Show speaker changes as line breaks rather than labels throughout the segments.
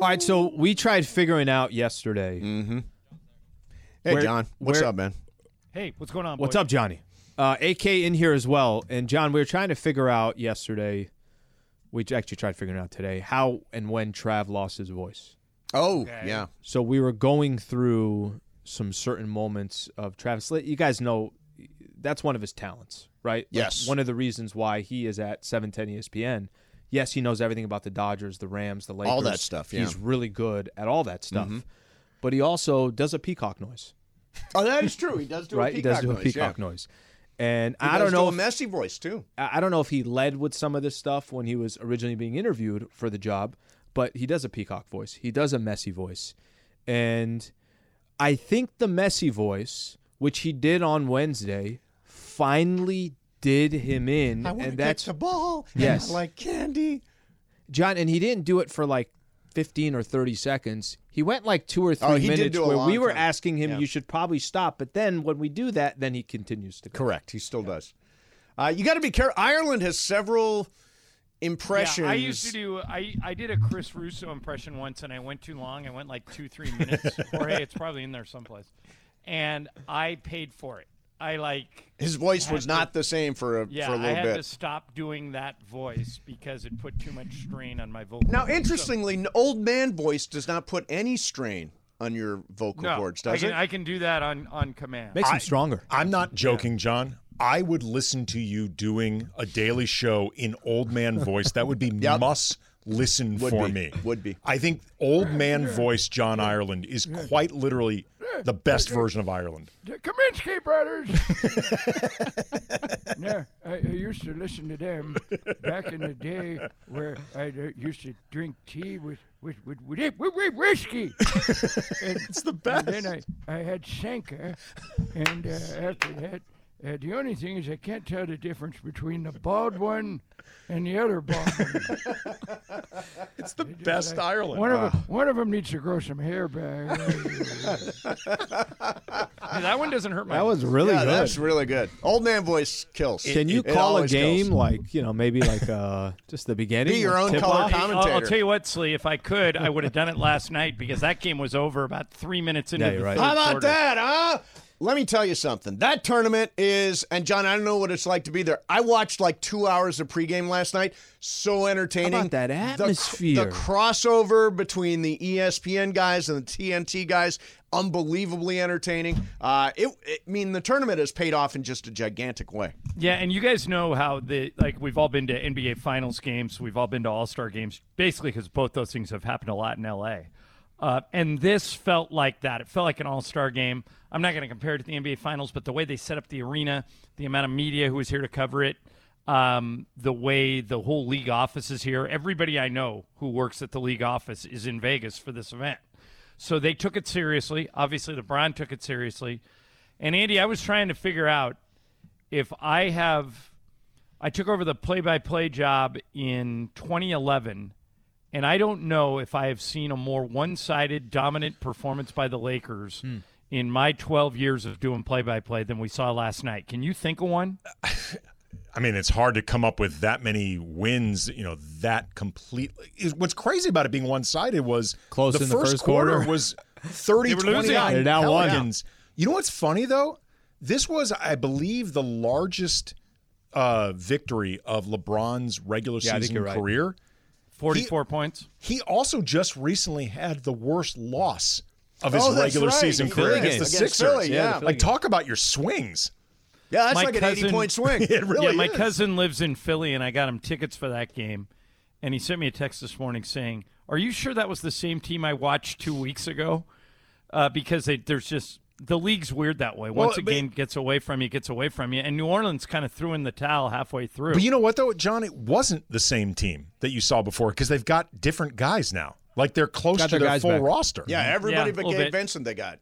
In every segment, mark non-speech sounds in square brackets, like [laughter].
All right, so we tried figuring out yesterday.
Mm-hmm. Hey,
Where-
John. What's
where-
up, man?
Hey, what's going on?
What's
boys?
up, Johnny? Uh, AK in here as well. And John, we were trying to figure out yesterday. We actually tried figuring out today how and when Trav lost his voice.
Oh, yeah.
So we were going through some certain moments of Travis. You guys know that's one of his talents, right? Like,
Yes.
one of the reasons why he is at E 710 ESPN. Yes, he knows everything about the Dodgers, the Rams, the Lakers.
All that stuff, yeah. Mm-hmm.
He's really good at all that stuff. But he also does a peacock noise,
Oh, that is true. He does do
right? He does do a peacock noise. And I don't know
a
if
messy voice too.
I I don't know if he led with some of this stuff when he was originally being interviewed for the job, but he does a peacock voice. He does a messy voice. And I think the messy voice, which he did on Wednesday, finally did him in. and that's
ball.
I Yes.
like candy.
John, and he didn't do it for like 15 or 30 seconds. He went like two or three
Oh, he did
minutes
do a
where we
long
were
time.
asking him,
Yeah.
you should probably stop. But then when we do that, then he continues to go.
Correct. He still does. Uh, you got to be careful. Ireland has several impressions.
Yeah, I used to do. I I did a Chris Russo impression once, and I went too long. I went like two, three
[laughs]
minutes. or hey, it's probably in there someplace. And I paid for it. I like.
His voice was
had
not
to-
the same for a,
Yeah,
for a
I
little
had
bit.
to stop doing that voice because it put too much strain on my vocal.
Now,
cords. So-
interestingly, n- old man voice does not put any strain on your vocal
no,
cords,
I
does
can,
it?
I can do that on on command.
Makes him stronger.
I'm not joking, John. I would listen to you doing a daily show in old
[laughs]
man voice. That would be must listen
Would
for
be.
me.
Would be.
I think old
[laughs]
man voice John Ireland is quite literally the best version of Ireland.
The Kaminsky brothers. [laughs] no, I, I used to listen to them back in the day where I uh, used to drink tea with with with, with, with,
[laughs]
with whiskey. and, it's the best. And then I, I had Senka, and uh, after that, uh, the only thing is I can't tell the difference between the bald one and the other bald
[laughs]
one.
It's the best Ireland.
One of, 'em- one of them needs to grow some hair back.
Hey, that one doesn't hurt my.
That was really
yeah,
good.
that's really good. Old man voice kills. It-
Can you
it
call a
always
game
kills.
like you know maybe like
[laughs]
uh just the beginning?
Be your
like
own
tip
color
off?
Hey, I'll- I'll
commentator.
tell you what, Slee. If I could, I would have done
[laughs]
it last night because that game was over about three minutes into
Yeah,
the
you're right.
third
How about
quarter.
that, huh? Let me tell you something. That tournament is, and John, I don't know what it's like to be there. I watched like two hours of pregame last night. So entertaining.
How about that
The cr-
atmosphere?
The, crossover between the E ESPN guys and the TNT guys, unbelievably entertaining. Uh, it, it- I mean, the tournament has paid off in just a gigantic way.
Yeah, and you guys know how the like we've all been to NBA Finals games, we've all been to All Star games, basically because both those things have happened a lot in LA. Uh, and this felt like that. It felt like an All Star game. I'm not going to compare it to the NBA Finals, but the way they set up the arena, the amount of media who was here to cover it, um, the way the whole league office is here. Everybody I know who works at the league office is in Vegas for this event. So they took it seriously. Obviously, LeBron took it seriously. And Andy, I was trying to figure out if I have I took over the play-by-play job in 2011 and I don't know if I have seen a more one-sided dominant performance by the Lakers in my 12 years of doing play-by-play than we saw last night. Can you think of one?
I mean, it's hard to come up with that many wins, you know, that completely. is- What's crazy about it being one sided was
Close
the
in the
first,
first
quarter,
quarter. [laughs]
was 30
They were losing.
29
They're down one.
Pelicans. You know what's funny, though? This was, I believe, the largest uh, victory of LeBron's regular
Yeah, I think
season
you're right.
career.
44 points.
He also just recently had the worst loss of his
Oh, that's
regular
right.
season
He
career
did.
against the
Against
Sixers.
Philly, Yeah, yeah. the Philly
Like, talk about your swings.
Yeah, that's
My
like an
cousin-
80 point swing.
[laughs] It really
yeah, my
is.
cousin lives in Philly and I got him tickets for that game and he sent me a text this morning saying, "Are you sure that was the same team I watched 2 weeks ago?" Uh, because they, there's just the league's weird that way. Once
Well,
a
but-
game gets away from you, gets away from you, and New Orleans kind of threw in the towel halfway through.
But you know what though, John, it wasn't the same team that you saw before because they've got different guys now. Like they're close to
Got their
their
guys
full
back.
roster.
Yeah, everybody
Yeah,
but
a little
Gabe
bit.
Vincent they got.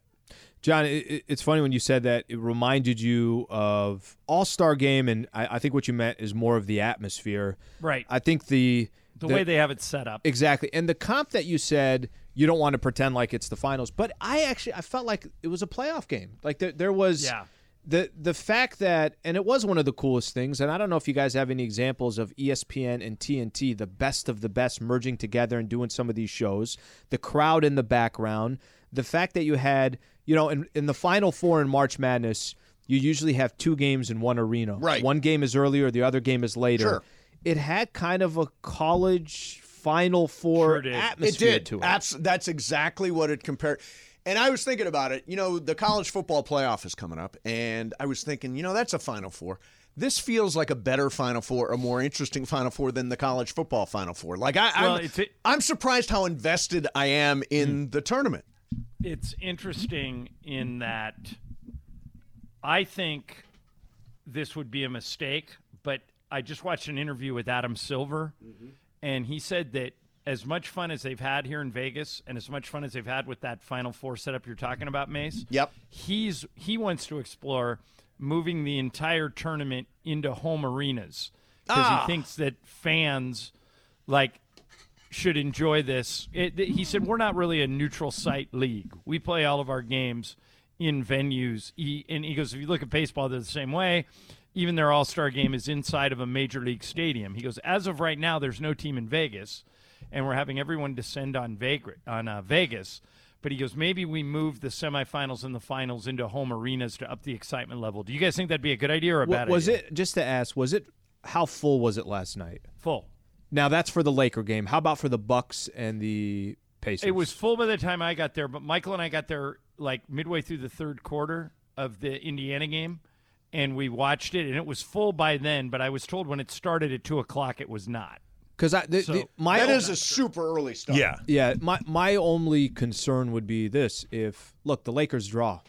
John, it- it, it's funny when you said that. It reminded you of All Star Game, and I, I think what you meant is more of the atmosphere.
Right.
I think the
the, way they have it set up.
exactly, and the comp that you said you don't want to pretend like it's the finals, but I actually I felt like it was a playoff game. Like there there was
Yeah.
the the fact that and it was one of the coolest things. And I don't know if you guys have any examples of E ESPN and TNT, the best of the best, merging together and doing some of these shows. The crowd in the background, the fact that you had you know in in the final four in March Madness. You usually have two games in one arena.
Right.
One game is earlier, the other game is later
Sure.
it had kind of a college final four
Sure did.
It
atmosphere
did.
to it.
Abs- that's exactly what it compared. And I was thinking about it. You know, the college football playoff is coming up, and I was thinking, you know, that's a Final Four. This feels like a better Final Four, a more interesting Final Four than the college football Final Four. Like I,
Well,
I'm,
it's a-
I'm surprised how invested I am
Hmm.
in the tournament.
it's interesting in that I think this would be a mistake, but I just watched an interview with Adam Silver, and he said that as much fun as they've had here in Vegas and as much fun as they've had with that Final Four setup you're talking about, Mace.
Yep.
He's he wants to explore moving the entire tournament into home arenas because he thinks that fans like should enjoy this. It, th- he said, "We're not really a neutral site league. We play all of our games in venues." He, and he goes, "If you look at baseball, they're the same way. Even their All Star game is inside of a major league stadium." He goes, "As of right now, there's no team in Vegas, and we're having everyone descend on Vegas, on uh, Vegas." But he goes, "Maybe we move the semifinals and the finals into home arenas to up the excitement level." Do you guys think that'd be a good idea or a
Wa-
bad
was
idea?
it just to ask? Was it how full was it last night?
full?
Now that's for the Laker game. How about for the Bucks and the Pacers?
It was full by the time I got there, but Michael and I got there like midway through the third quarter of the Indiana game, and we watched it, and it was full by then. But I was told when it started at two o'clock, it was not.
because I the, the,
So-
my
That
own-
is a super early start.
Yeah.
yeah my my only concern would be this: if look the Lakers draw,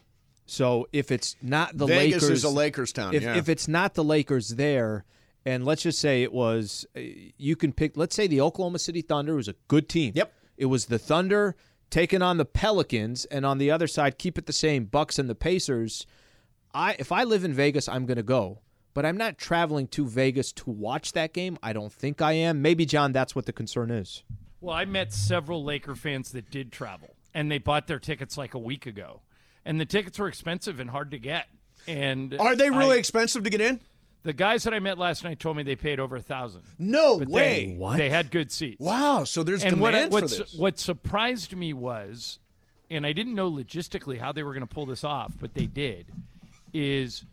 so if it's not the
Vegas
Lakers
is a Lakers town.
if,
yeah.
if it's not the Lakers there, and let's just say it was, uh, you can pick, let's say the Oklahoma City Thunder was a good team.
Yep.
It was the Thunder taking on the Pelicans, and on the other side, keep it the same, Bucks and the Pacers. I If I live in Vegas, I'm going to go. But I'm not traveling to Vegas to watch that game. I don't think I am. Maybe, John, that's what the concern is.
Well, I met several Laker fans that did travel, and they bought their tickets like a week ago, and the tickets were expensive and hard to get. And
[laughs] Are they really
I-
expensive to get in?
the guys that I met last night told me they paid over a thousand.
No
But
way.
They, they had good seats.
Wow. So there's
and what,
demand
what,
for this.
what surprised me was, and I didn't know logistically how they were going to pull this off, but they did, is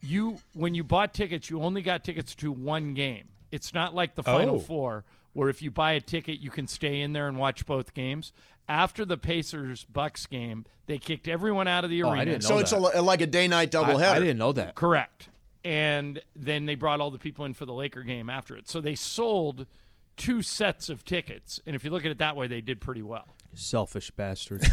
you when you bought tickets, you only got tickets to one game. It's not like the Final
Oh.
Four where if you buy a ticket, you can stay in there and watch both games. After the Pacers Bucks game, they kicked everyone out of the arena.
Oh, I didn't
so
know
it's
that.
a, like a day-night doubleheader.
I didn't know that.
Correct. And then they brought all the people in for the Laker game after it. So they sold two sets of tickets. And if you look at it that way, they did pretty well.
selfish bastard.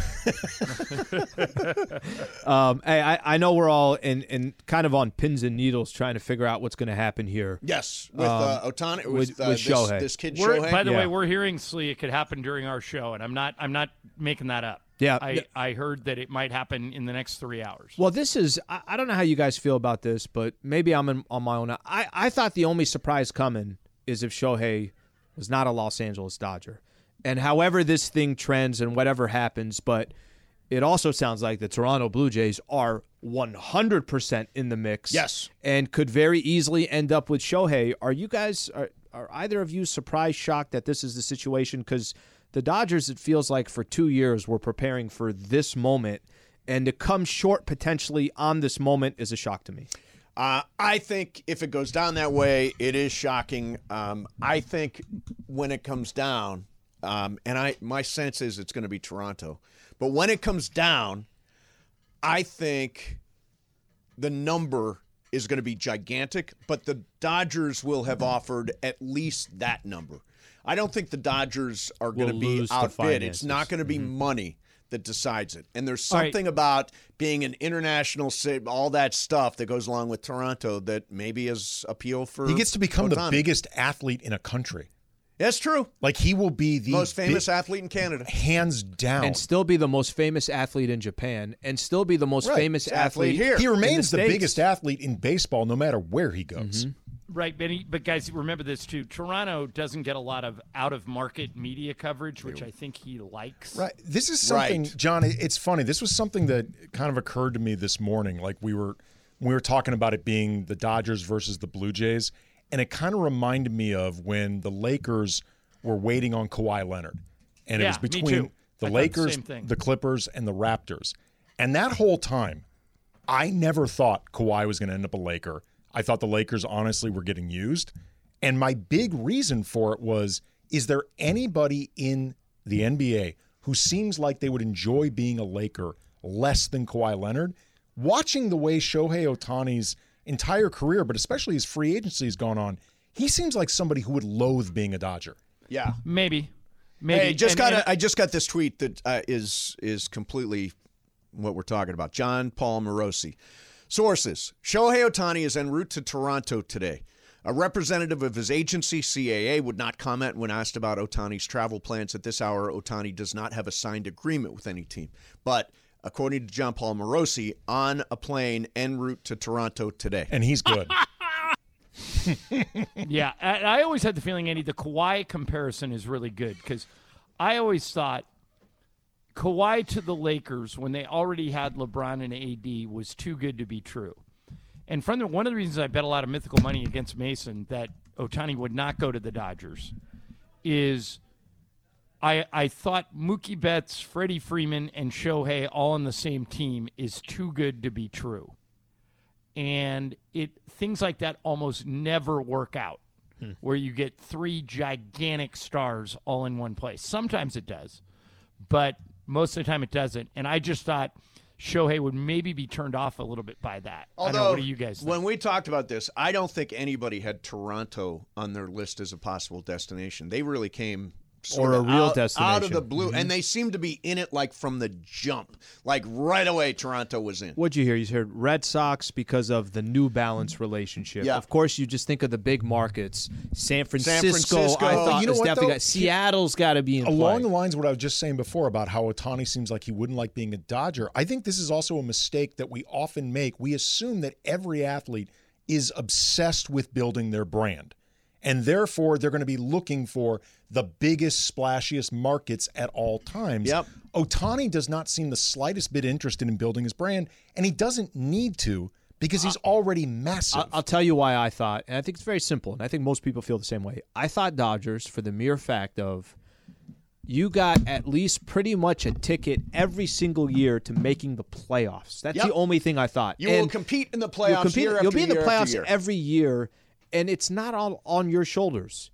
um, hey, I, I know we're all in, in kind of on pins and needles trying to figure out what's going to happen here. Um,
Yes, with uh, Otani, with,
with-
uh, this,
with Shohei.
this kid
We're-
Shohei.
by the
Yeah.
way, we're hearing Slee. It could happen during our show, and I'm not. I'm not making that up.
Yeah.
I,
Yeah.
I heard that it might happen in the next three hours.
Well, this is, I, I don't know how you guys feel about this, but maybe I'm in, on my own. I, I thought the only surprise coming is if Shohei was not a Los Angeles Dodger. And however this thing trends and whatever happens, but it also sounds like the Toronto Blue Jays are 100% in the mix.
Yes.
And could very easily end up with Shohei. Are you guys, are, are either of you surprised, shocked that this is the situation? Because the Dodgers, it feels like for two years, were preparing for this moment. And to come short potentially on this moment is a shock to me.
Uh, I think if it goes down that way, it is shocking. Um, I think when it comes down, um, and I my sense is it's going to be Toronto, but when it comes down, I think the number is going to be gigantic, but the Dodgers will have offered at least that number. I don't think the Dodgers are going to
Will
be
lose the
outbid. It's
finances.
Mm-hmm.
not going to be money. that decides it. And there's
right.
something about being an international city, all that stuff that goes along with Toronto that maybe is appeal for.
He gets to become the
Ohtani.
biggest athlete in a country.
That's true.
Like he will be the
Most famous
big-
athlete in Canada.
hands down.
and still be the most famous athlete in Japan, and still be the most
Right.
famous
Athlete
athlete,
here.
he remains
the
the,
States.
biggest athlete in baseball, no matter where he goes.
Right, but, he- but guys, remember this too. Toronto doesn't get a lot of out of market media coverage, which I think he likes.
Right. This is something,
Right.
John. it- It's funny. This was something that kind of occurred to me this morning. Like we were, we were talking about it being the Dodgers versus the Blue Jays, and it kind of reminded me of when the Lakers were waiting on Kawhi Leonard, and it
Yeah,
was
me
between
too. I
the
thought the
Lakers,
same thing.
the Clippers, and the Raptors. And that whole time, I never thought Kawhi was going to end up a Laker. I thought the Lakers honestly were getting used. And my big reason for it was is there anybody in the NBA who seems like they would enjoy being a Laker less than Kawhi Leonard? Watching the way Shohei Otani's entire career, but especially his free agency has gone on, he seems like somebody who would loathe being a Dodger.
Yeah.
Maybe. Maybe.
Hey, just
And-
got
and-
a, I just got this tweet that uh, is is completely what we're talking about. John Paul Morosi. Sources: Shohei Otani is en route to Toronto today. A representative of his agency, CAA, would not comment when asked about Otani's travel plans at this hour. Otani does not have a signed agreement with any team, but according to John Paul Morosi, on a plane en route to Toronto today.
And he's good.
Yeah, and I always had the feeling, Andy, the Kawhi comparison is really good because I always thought Kawhi to the Lakers when they already had LeBron and AD was too good to be true. And from the, one of the reasons I bet a lot of mythical money against Mason that Otani would not go to the Dodgers is I I thought Mookie Betts, Freddie Freeman, and Shohei all on the same team is too good to be true and it things like that almost never work out where you get three gigantic stars all in one place sometimes it does but most of the time it doesn't and i just thought shohei would maybe be turned off a little bit by that i don't know what do you guys think?
When we talked about this, I don't think anybody had Toronto on their list as a possible destination. They really came sort
Or a
of
real
out, out of
destination. Mm-hmm.
the blue, and they seemed to be in it like from the jump, like right away. Toronto was in.
What'd you hear? You heard Red Sox because of the New Balance relationship.
Yeah.
Of course, you just think of the big markets. San Francisco,
Francisco.
I thought
You know
has
what,
definitely
though?
got Seattle's got to be in
Along
play.
the lines of what I was just saying before about how Otani seems like he wouldn't like being a Dodger, I think this is also a mistake that we often make. We assume that every athlete is obsessed with building their brand. And therefore, they're going to be looking for the biggest, splashiest markets at all times.
Yep.
Otani does not seem the slightest bit interested in building his brand, and he doesn't need to because
Uh,
he's already massive.
I- I'll tell you why I thought, and I think it's very simple, and I think most people feel the same way. I thought Dodgers for the mere fact of you got at least pretty much a ticket every single year to making the playoffs. That's
Yep.
the only thing I thought.
You
And
will compete in the
you'll
playoffs.
compete-
year after
you'll be in the
year
playoffs
after year.
every year, and it's not all on your shoulders.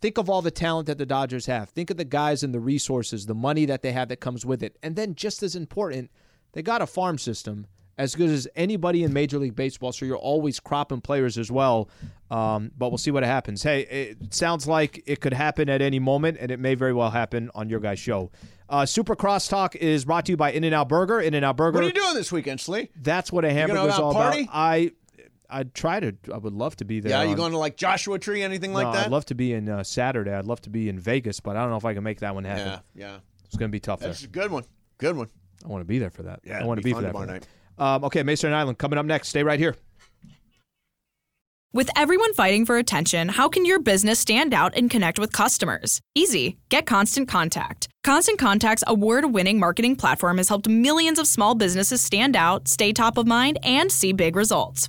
Think of all the talent that the Dodgers have. Think of the guys and the resources, the money that they have that comes with it. And then, just as important, they got a farm system as good as anybody in Major League Baseball. So you're always cropping players as well. Um, but we'll see what happens. Hey, it sounds like it could happen at any moment, and it may very well happen on your guys' show. Uh, Super Crosstalk is brought to you by In and Out Burger. In and Out Burger.
What are you doing this weekend, Slee?
That's what a hamburger
gonna
is
out
all
party?
about. I I'd try to. I would love to be there.
Yeah, you
on-
going to like Joshua Tree, anything like
no,
that?
I'd love to be in uh, Saturday. I'd love to be in Vegas, but I don't know if I can make that one happen.
yeah, yeah.
It's going to be tough
That's a
there.
good one. Good one.
I want to be there for that.
Yeah,
I want
it'd
to
be
be,
fun
for that.
tomorrow
for that. Um, okay, Mason Island coming up next. Stay right here.
With everyone fighting for attention, how can your business stand out and connect with customers? Easy. Get Constant Contact. Constant Contact's award winning marketing platform has helped millions of small businesses stand out, stay top of mind, and see big results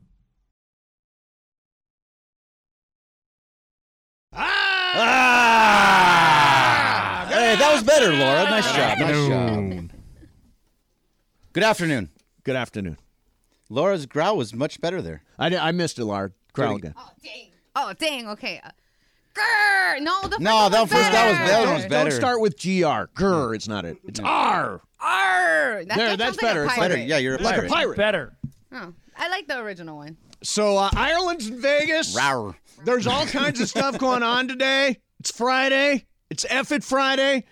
Ah!
Hey, that was better, Laura. Nice job. Nice job. Good afternoon.
Good afternoon.
Laura's growl was much better there.
I, I missed it, Lara. Crow again.
Oh dang! Oh dang! Okay. Uh, Grr! No, the
No, that
first one
first that was that one
better.
was better.
Don't start with GR. Grr, it's not it. It's R.
Arr! That,
There,
that
that's better.
sounds like a
It's
pirate.
better. Yeah, you're a
Like a
pirate.
pirate.
Better.
Oh, I like the original one.
So uh, Ireland's in Vegas.
Rawr.
There's all kinds of stuff going on today. It's Friday. It's F it Friday.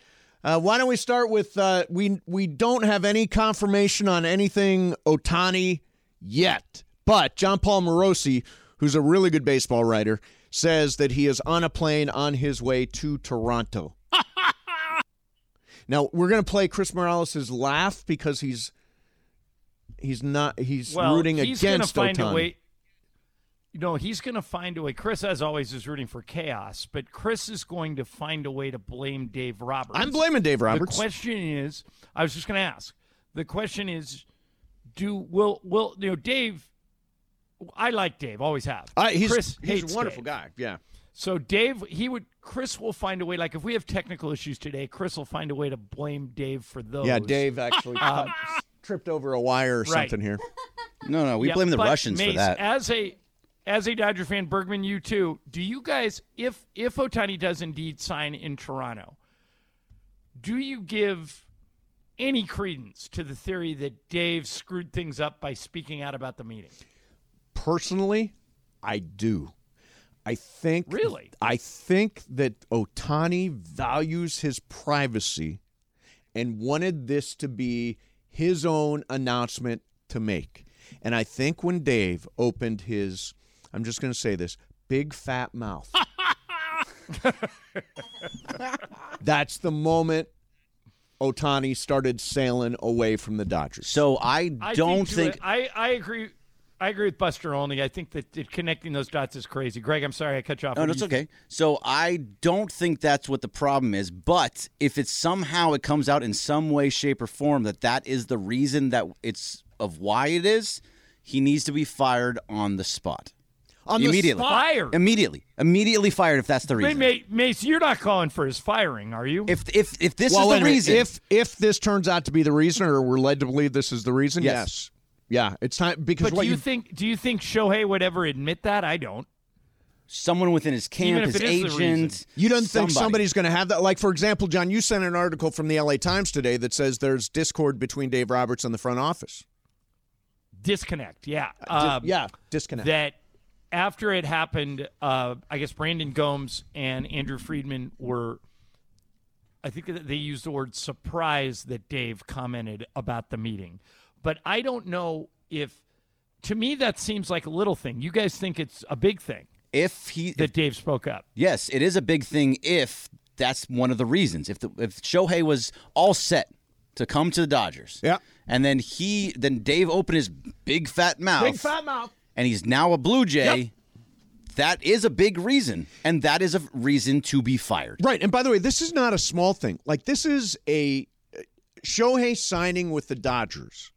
Uh, why don't we start with uh, we we don't have any confirmation on anything Otani yet, but John Paul Morosi, who's a really good baseball writer, says that he is on a plane on his way to Toronto. now we're gonna play Chris Morales' laugh because he's he's not he's
Well,
rooting
he's
against
gonna find
Otani.
a way. No, he's going to find a way. Chris, as always, is rooting for chaos, but Chris is going to find a way to blame Dave Roberts.
I'm blaming Dave Roberts.
The question is, I was just going to ask. The question is, do will will you know Dave? I like Dave, always have.
I, he's
Chris
he's
hates
a wonderful
Dave.
guy. Yeah.
So Dave, he would Chris will find a way. Like if we have technical issues today, Chris will find a way to blame Dave for those. Uh, Um,
Yeah, Dave
[laughs]
actually tripped over a wire or
Right.
something here.
No, no, Oh, we
Yeah,
blame the
but
Russians for
Mace,
that.
As a as a Dodger fan, Bergman, you too. Do you guys, if if Otani does indeed sign in Toronto, do you give any credence to the theory that Dave screwed things up by speaking out about the meeting?
Personally, I do. I think
Really?
I think that Otani values his privacy and wanted this to be his own announcement to make. And I think when Dave opened his I'm just going to say this, big
[laughs]
fat mouth. That's the moment Otani started sailing away from the Dodgers.
So I
I
don't
to
think.
it- I I agree. I agree with Buster only. I think that it, connecting those dots is crazy. Greg, I'm sorry I cut you off.
No,
What do
that's
you-
okay. So I don't think that's what the problem is. But if it's somehow it comes out in some way, shape, or form that that is the reason that it's of why it is, he needs to be fired on the spot.
On
immediately.
Fired.
Immediately. Immediately fired if that's the
Hey,
reason.
Ma- Mace, you're not calling for his firing, are you?
if if if this
well,
is
wait
the
a minute.
reason,
If if this turns out to be the reason, or we're led to believe this is the reason, yes,
Yes.
yeah, it's time because
but
what
do you
you
think do you think Shohei would ever admit that? I don't.
someone within his
Even
camp, his
if it is the
agent,
reason.
you don't think
somebody.
somebody's going to have that? Like for example, John, you sent an article from the L.A. Times today that says there's discord between Dave Roberts and the front office.
disconnect. Yeah. Um,
Uh, yeah, disconnect.
That after it happened, uh, I guess Brandon Gomes and Andrew Friedman were, I think that they used the word surprise that Dave commented about the meeting. But I don't know if, to me, that seems like a little thing. You guys think it's a big thing
if he
that Dave spoke up.
Yes, it is a big thing if that's one of the reasons. If the, if Shohei was all set to come to the Dodgers,
Yeah.
and then he then Dave opened his big fat mouth,
Big fat mouth.
and he's now a Blue Jay. That is a big reason, and that is a reason to be fired.
Right. And by the way, this is not a small thing. Like this is a uh, Shohei signing with the Dodgers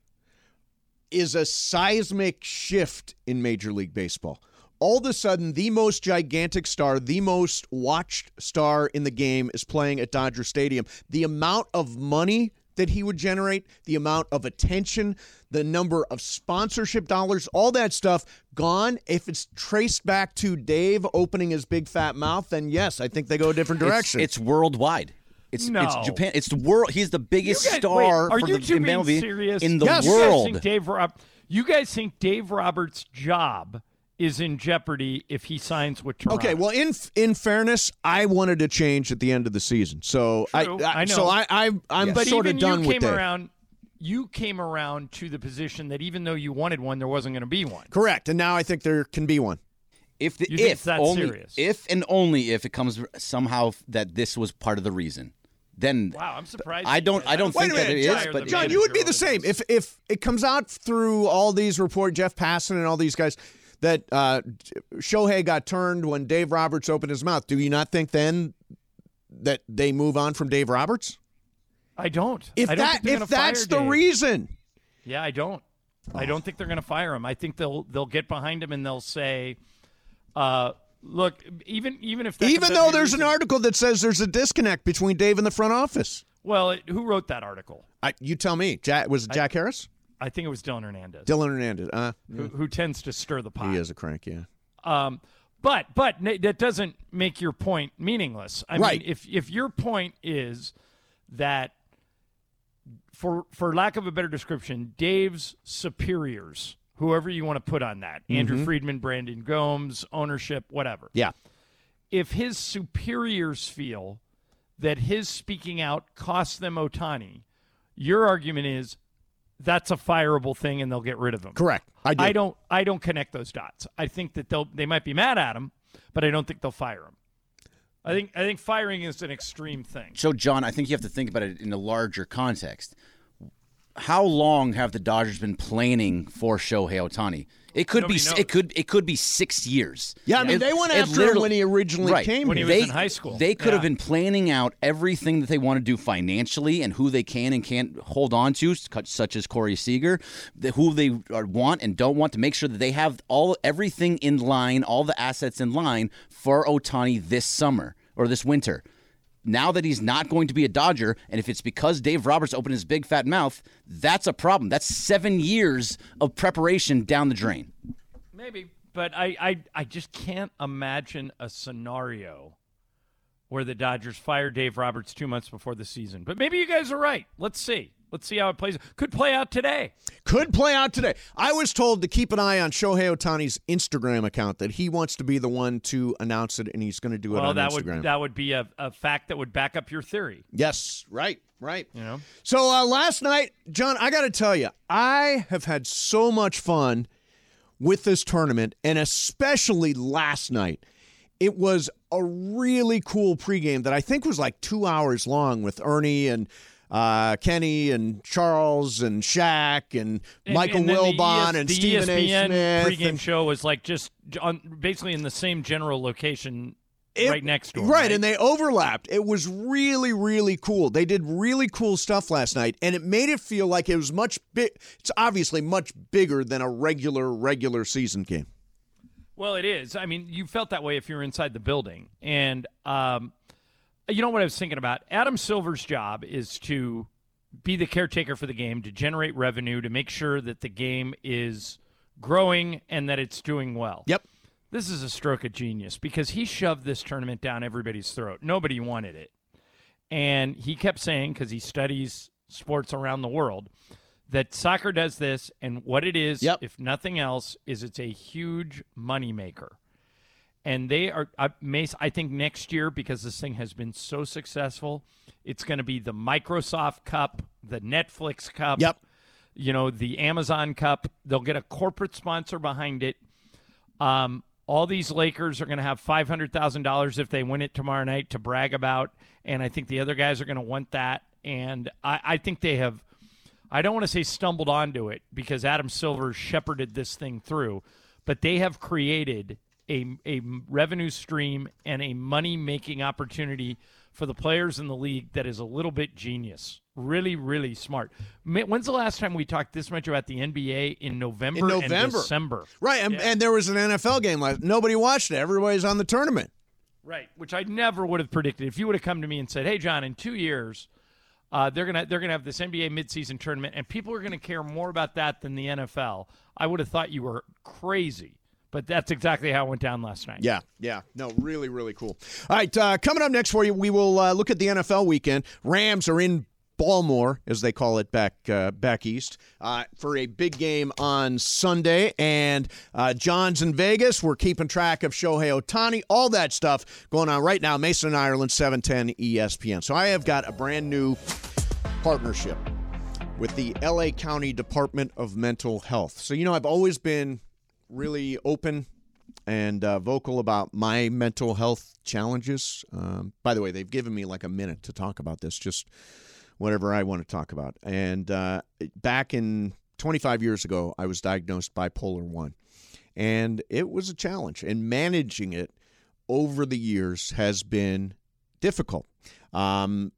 is a seismic shift in Major League Baseball. All of a sudden, the most gigantic star, the most watched star in the game is playing at Dodger Stadium. The amount of money that he would generate, the amount of attention, the number of sponsorship dollars, all that stuff gone. If it's traced back to Dave opening his big fat mouth, then yes, I think they go a different
It's-
direction.
It's, worldwide. It's
No.
it's Japan. It's the world. He's the biggest
You guys-
star
wait, are
for
you
the
two
in
being
MLB
serious?
in the
You guys
world.
think Dave Rob- you guys think Dave Roberts' job is in jeopardy if he signs with Toronto?
Okay, well, in in fairness, I wanted to change at the end of the season, so I,
True,
I,
I know.
so I, I I'm
but
sort
even
of done
you
with
came
that.
around. You came around to the position that even though you wanted one, there wasn't going to be one.
Correct, and now I think there can be one.
if the,
You think
if
that's
only
serious?
if and only if it comes somehow f- that this was part of the reason, then
Wow, I'm surprised.
I
you
don't-
guys-
I don't
was
think that
gonna
it
hire
is,
the
but-
John,
manager
you would be
over
the same
this.
if if it comes out through all these report, Jeff Passan and all these guys that uh, Shohei got turned when Dave Roberts opened his mouth. Do you not think then that they move on from Dave Roberts?
I don't.
If
I don't
that
think they're
if
gonna
that's
fire
the
Dave.
reason,
Yeah, I don't. I don't think they're going to fire him. I think they'll they'll get behind him and they'll say, uh, "Look, even even if that comes
even
out
though
to be
there's an
reason-
article that says there's a disconnect between Dave and the front office,
well, it, who wrote that article?
I, you tell me. Jack, was it Jack Harris?
I think it was Dylan Hernandez,
Dylan Hernandez. Uh,
who, who tends to stir the pot.
he is a crank, yeah.
Um, but but n- that doesn't make your point meaningless. I
Right.
mean, if if your point is that for for lack of a better description, Dave's superiors, whoever you want to put on that, Andrew Friedman, Brandon Gomes, ownership, whatever.
Mm-hmm. Yeah.
If his superiors feel that his speaking out cost them Otani, your argument is that's a fireable thing and they'll get rid of him.
Correct. I do.
I don't I don't connect those dots. I think that they'll they might be mad at him, but I don't think they'll fire him. I think I think firing is an extreme thing.
So, John, I think you have to think about it in a larger context. How long have the Dodgers been planning for Shohei Otani? It could
Nobody
be
knows.
it could it could be six years.
Yeah, I mean,
It-
they went
it
after him
literally-
when he originally
right.
came
When he here. was in high school.
They could
Yeah.
have been planning out everything that they want to do financially and who they can and can't hold on to, such- such as Corey Seager, the- who they are- want and don't want to make sure that they have all everything in line, all the assets in line for Otani this summer or this winter. Now that he's not going to be a Dodger, and if it's because Dave Roberts opened his big fat mouth, that's a problem. That's seven years of preparation down the drain.
Maybe. But I, I I just can't imagine a scenario where the Dodgers fire Dave Roberts two months before the season. But maybe you guys are right. Let's see. Let's see how it plays. Could play out today.
Could play out today. I was told to keep an eye on Shohei Otani's Instagram account, that he wants to be the one to announce it, and he's going to do it
well,
on
that
Instagram.
would that would be a, a fact that would back up your theory.
yes, right, right.
You know?
So uh, last night, John, I got to tell you, I have had so much fun with this tournament, and especially last night. It was a really cool pregame that I think was like two hours long with Ernie and uh, Kenny and Charles and Shaq and,
And-
Michael
and then the
Wilbon
ES
and
the E
Stephen
ESPN
A. Smith.
pregame
and-
show was like just on basically in the same general location,
It-
right next door.
Right, and they overlapped. It was really, really cool. They did really cool stuff last night, and it made it feel like it was much big. It's obviously much bigger than a regular, regular season game.
well, it is. I mean, you felt that way if you were inside the building, and um, you know what I was thinking about. Adam Silver's job is to be the caretaker for the game, to generate revenue, to make sure that the game is growing and that it's doing well.
Yep.
This is a stroke of genius because he shoved this tournament down everybody's throat. Nobody wanted it. And he kept saying, because he studies sports around the world, that soccer does this. And what it is,
Yep.
if nothing else, is it's a huge moneymaker. And they are, I, Mace, I think next year, because this thing has been so successful, it's going to be the Microsoft Cup, the Netflix Cup
Yep.
you know, the Amazon Cup. They'll get a corporate sponsor behind it. Um, all these Lakers are going to have five hundred thousand dollars if they win it tomorrow night to brag about, and I think the other guys are going to want that. And I, I think they have. I don't want to say stumbled onto it because Adam Silver shepherded this thing through, but they have created a a revenue stream and a money making opportunity for the players in the league that is a little bit genius. Really, really smart. Ma- When's the last time we talked this much about the NBA in November,
In November.
and December?
Right, and, and there was an NFL game last. Nobody watched it. Everybody's on the tournament.
Right, which I never would have predicted. If you would have come to me and said, "Hey, John, in two years, uh, they're gonna they're gonna have this NBA midseason tournament, and people are gonna care more about that than the NFL," I would have thought you were crazy. But that's exactly how it went down last night.
Yeah, yeah. No, really, really cool. All right, uh, coming up next for you, we will uh, look at the NFL weekend. Rams are in Baltimore, as they call it back uh, back east, uh, for a big game on Sunday. And uh, John's in Vegas. We're keeping track of Shohei Otani, all that stuff going on right now. Mason in Ireland, E 710 ESPN. So I have got a brand new partnership with the LA County Department of Mental Health. So, you know, I've always been really open and uh, vocal about my mental health challenges. Um, by the way, they've given me like a minute to talk about this, just whatever I want to talk about. And uh, back in 25 years ago, I was diagnosed bipolar 1. And it was a challenge. And managing it over the years has been difficult. Um,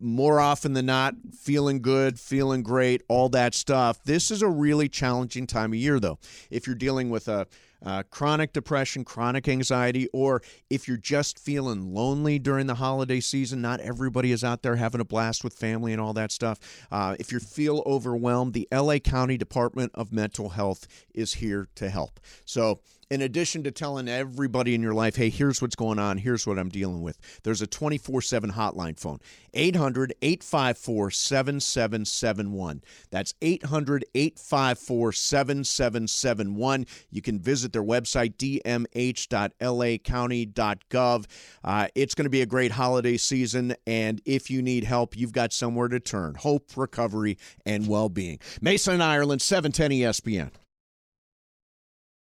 more often than not, feeling good, feeling great, all that stuff. This is a really challenging time of year, though. If you're dealing with a uh, chronic depression, chronic anxiety, or if you're just feeling lonely during the holiday season, not everybody is out there having a blast with family and all that stuff. Uh, if you feel overwhelmed, the LA County Department of Mental Health is here to help. So, in addition to telling everybody in your life, hey, here's what's going on, here's what I'm dealing with, there's a 24 7 hotline phone, 800 854 7771. That's 800 854 7771. You can visit their website, dmh.lacounty.gov. Uh, it's going to be a great holiday season, and if you need help, you've got somewhere to turn hope, recovery, and well being. Mason in Ireland, E 710 ESPN.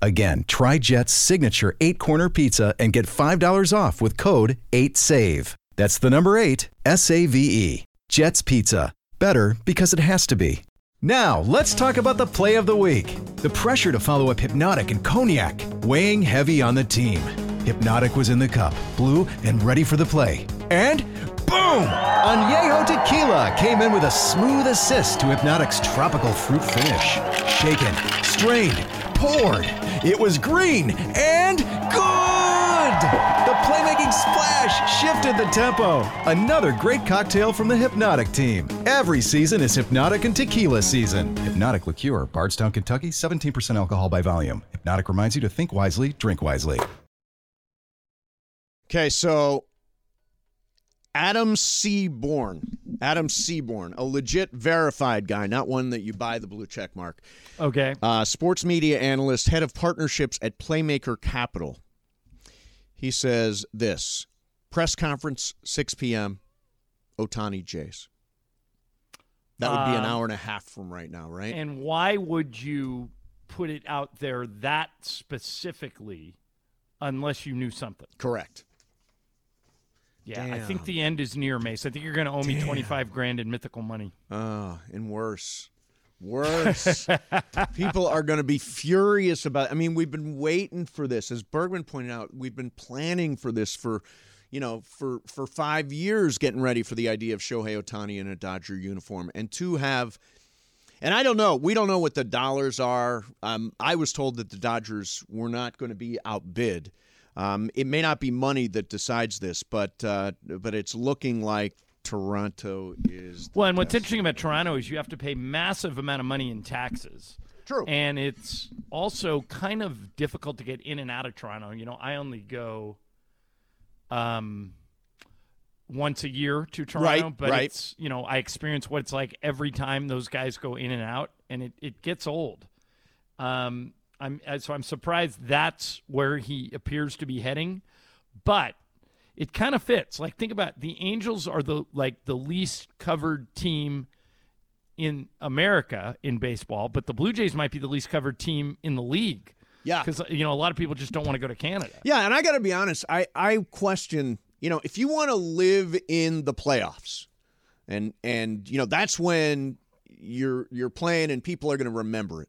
Again, try Jet's signature eight corner pizza and get $5 off with code 8SAVE. That's the number eight, S A V E. Jet's Pizza. Better because it has to be. Now, let's talk about the play of the week. The pressure to follow up Hypnotic and Cognac, weighing heavy on the team. Hypnotic was in the cup, blue, and ready for the play. And boom! Añejo Tequila came in with a smooth assist to Hypnotic's tropical fruit finish. Shaken, strained, poured. It was green and good! The playmaking splash shifted the tempo. Another great cocktail from the Hypnotic team. Every season is Hypnotic and Tequila season. Hypnotic Liqueur, Bardstown, Kentucky, 17% alcohol by volume. Hypnotic reminds you to think wisely, drink wisely.
Okay, so Adam Seaborn, Adam Seaborn, a legit verified guy, not one that you buy the blue check mark.
Okay.
Uh, sports media analyst, head of partnerships at Playmaker Capital. He says this press conference, 6 p.m., Otani Jays. That would be an
Uh,
hour and a half from right now, right?
And why would you put it out there that specifically unless you knew something?
Correct.
Yeah, I think the end is near, Mace. I think you're going to owe me 25 grand in mythical money.
Oh, and worse. Worse. People are going to be furious about I mean, we've been waiting for this. As Bergman pointed out, we've been planning for this for, you know, for for 5 years getting ready for the idea of Shohei Otani in a Dodger uniform and to have and I don't know. We don't know what the dollars are. Um, I was told that the Dodgers were not going to be outbid. Um, it may not be money that decides this, but uh, but it's looking like Toronto is. the
Well, and what's
best.
interesting about Toronto is you have to pay massive amount of money in taxes.
True.
And it's also kind of difficult to get in and out of Toronto. You know, I only go um once a year to Toronto,
Right,
but
right.
it's you know, I experience what it's like every time those guys go in and out and it, it gets old. Um I'm uh, so I'm surprised that's where he appears to be heading. But it kind of fits. Like think about the Angels are the like the least covered team in America in baseball, but the Blue Jays might be the least covered team in the league.
Yeah.
Because you know a lot of people just don't want to go to Canada.
Yeah, and I got to be honest, I I question, you know, if you want to live in the playoffs, and and you know that's when you're you're playing and people are going to remember it.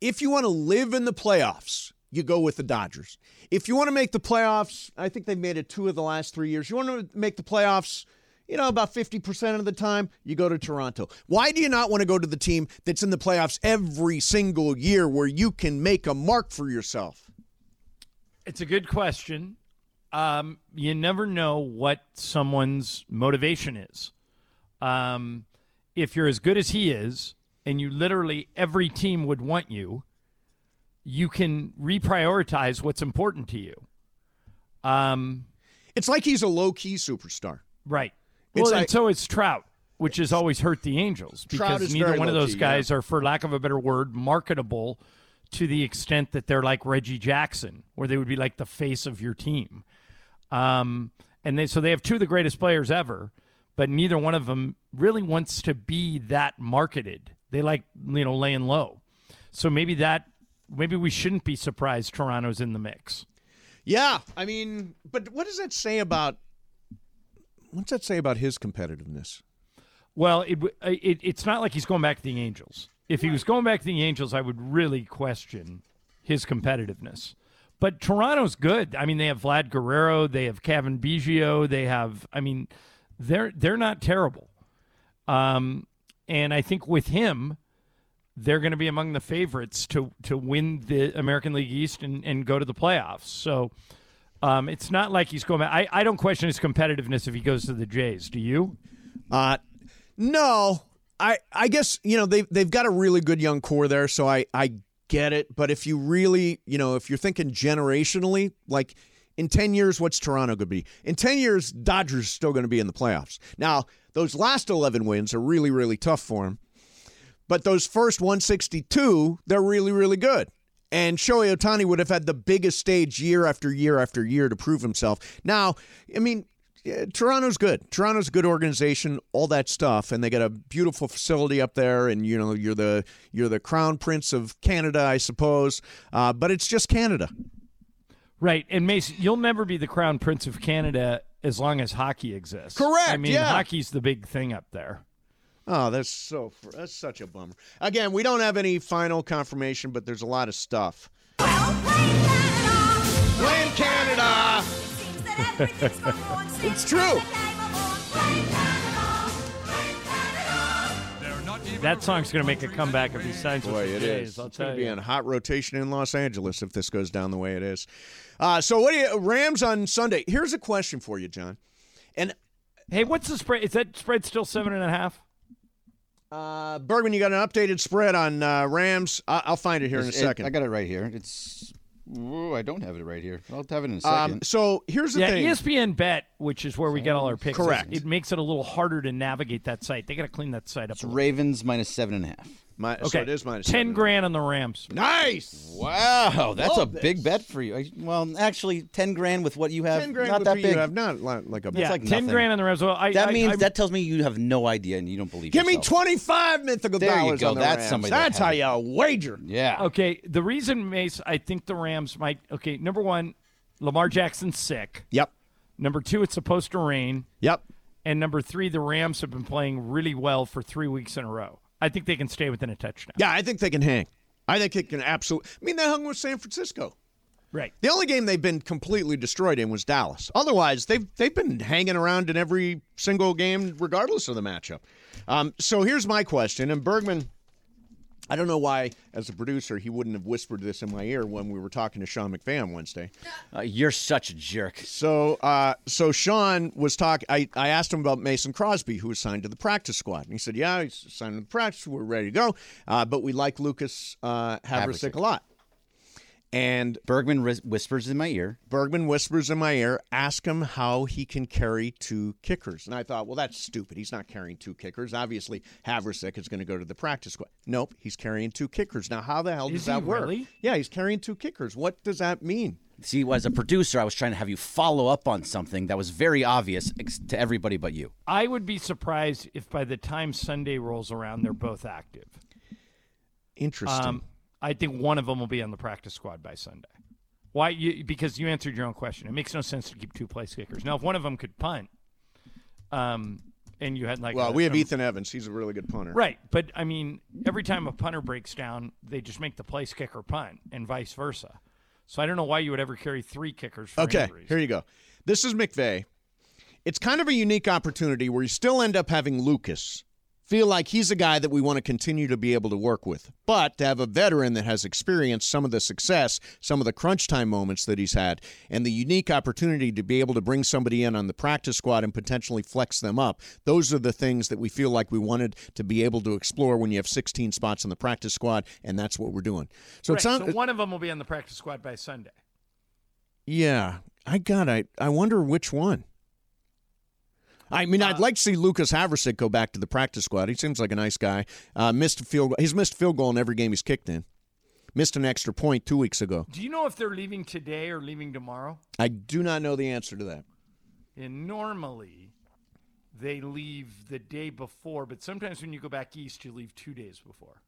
If you want to live in the playoffs, you go with the Dodgers. If you want to make the playoffs, I think they've made it two of the last three years. You want to make the playoffs, you know, about 50% of the time, you go to Toronto. Why do you not want to go to the team that's in the playoffs every single year where you can make a mark for yourself?
It's a good question. Um, you never know what someone's motivation is. Um, if you're as good as he is, and you literally every team would want you, you can reprioritize what's important to you. Um,
it's like he's a low key superstar.
Right.
It's
well,
like-
and so it's Trout, which has always hurt the Angels
Trout
because
is
neither
very
one of those
low-key,
guys
yeah.
are, for lack of a better word, marketable to the extent that they're like Reggie Jackson, where they would be like the face of your team. Um, and they so they have two of the greatest players ever, but neither one of them really wants to be that marketed. They like you know laying low, so maybe that maybe we shouldn't be surprised Toronto's in the mix.
Yeah, I mean, but what does that say about what's that say about his competitiveness?
Well, it, w- uh, it it's not like he's going back to the Angels. If he was going back to the Angels, I would really question his competitiveness. But Toronto's good. I mean, they have Vlad Guerrero, they have Kevin Biggio, they have. I mean, they're they're not terrible. Um, and I think with him, they're going to be among the favorites to to win the American League East and, and go to the playoffs. So. Um, it's not like he's going. back- I, I don't question his competitiveness if he goes to the Jays. Do you?
Uh no. I I guess, you know, they they've got a really good young core there, so I I get it, but if you really, you know, if you're thinking generationally, like in 10 years what's Toronto going to be? In 10 years Dodgers are still going to be in the playoffs. Now, those last 11 wins are really really tough for them. But those first 162, they're really, really good. And Shohei Otani would have had the biggest stage year after year after year to prove himself. Now, I mean, yeah, Toronto's good. Toronto's a good organization, all that stuff, and they got a beautiful facility up there. And you know, you're the you're the crown prince of Canada, I suppose. Uh, but it's just Canada.
Right. And Mason, you'll never be the crown prince of Canada as long as hockey exists.
Correct,
I mean,
yeah.
hockey's the big thing up there.
Oh, that's so fr- that's such a bummer. Again, we don't have any final confirmation, but there's a lot of stuff. Blame Canada. [laughs] It's true.
[laughs] That song's going to make a comeback if he signs
Boy, it
with the
is.
Jays. I'll
It's going
tell
to be
you.
in hot rotation in Los Angeles if this goes down the way it is. Uh, so, what do you Rams on Sunday? Here's a question for you, John. And
hey, what's the spread? Is that spread still seven and a half?
uh, Bergman, you got an updated spread on uh, Rams. I- I'll find it here in a
It's- it-
second.
I got it right here. It's. Ooh, I don't have it right here. I'll have it in a second.
um, so here's the
Yeah, E
thing.
ESPN Bet, which is where we get all our picks. is-
Correct.
It makes it a little harder to navigate that site. They got to clean that site up.
it's
a little.
Ravens minus seven and a half.
My,
Okay,
so it is minus
ten
seven.
grand on the Rams.
Nice.
Wow, Oh, that's a
love
big bet for you. I- Well, actually, ten grand with what you have.
Ten grand
not
would
that
be-
big.
You have not li- like a.
yeah,
like
ten
nothing.
grand on the Rams. Well, I,
that
I-
means
I'm-
that tells me you have no idea and you don't believe.
Give me
yourself.
twenty five mythical
There you
dollars
go.
on the
That's
Rams.
somebody that
That's how
had it.
you wager.
Yeah.
Okay, the reason Mace, I think the Rams might. Okay, number one, Lamar Jackson's sick.
Yep.
Number two, it's supposed to rain.
Yep.
And number three, the Rams have been playing really well for three weeks in a row. I think they can stay within a touchdown.
Yeah, I think they can hang. I think it can absolutely. I mean, they hung with San Francisco.
Right.
The only game they've been completely destroyed in was Dallas. Otherwise, they've they've been hanging around in every single game, regardless of the matchup. Um, so here's my question, and Bergman, I don't know why, as a producer, he wouldn't have whispered this in my ear when we were talking to Sean McVay on Wednesday.
Uh, you're such a jerk.
So, uh, so Sean was talking. I I asked him about Mason Crosby, who was signed to the practice squad, and he said, "Yeah, he's signed to the practice. We're ready to go, uh, but we like Lucas uh, Haversick a lot." And
Bergman whis- whispers in my ear.
Bergman whispers in my ear, ask him how he can carry two kickers. And I thought, well, that's stupid. He's not carrying two kickers. Obviously, Haversick is going to go to the practice squad. Nope, he's carrying two kickers. Now, how the hell does
Is
that
he
work?
really?
Yeah, he's carrying two kickers. What does that mean?
See, as a producer, I was trying to have you follow up on something that was very obvious ex- to everybody but you.
I would be surprised if by the time Sunday rolls around, they're both active. Um,
Interesting.
I think one of them will be on the practice squad by Sunday. Why? You, because you answered your own question. It makes no sense to keep two place kickers. Now, if one of them could punt, um, and you had like
well,
a-
we have
a-
Ethan Evans. He's a really good punter.
Right, but I mean, every time a punter breaks down, they just make the place kicker punt, and vice versa. So I don't know why you would ever carry three kickers. For
Okay,
any reason.
here you go. This is McVeigh. It's kind of a unique opportunity where you still end up having Lucas. Feel like he's a guy that we want to continue to be able to work with, but to have a veteran that has experienced some of the success, some of the crunch time moments that he's had, and the unique opportunity to be able to bring somebody in on the practice squad and potentially flex them up. Those are the things that we feel like we wanted to be able to explore when you have 16 spots in the practice squad, and that's what we're doing. So
Right,
it sounds
so one of them will be on the practice squad by Sunday.
Yeah, I got. I I wonder which one. I mean, I'd like to see Lucas Haversick go back to the practice squad. He seems like a nice guy. Uh, missed a field. He's missed a field goal in every game he's kicked in. Missed an extra point two weeks ago.
Do you know if they're leaving today or leaving tomorrow?
I do not know the answer to that.
And normally they leave the day before, but sometimes when you go back east, you leave two days before.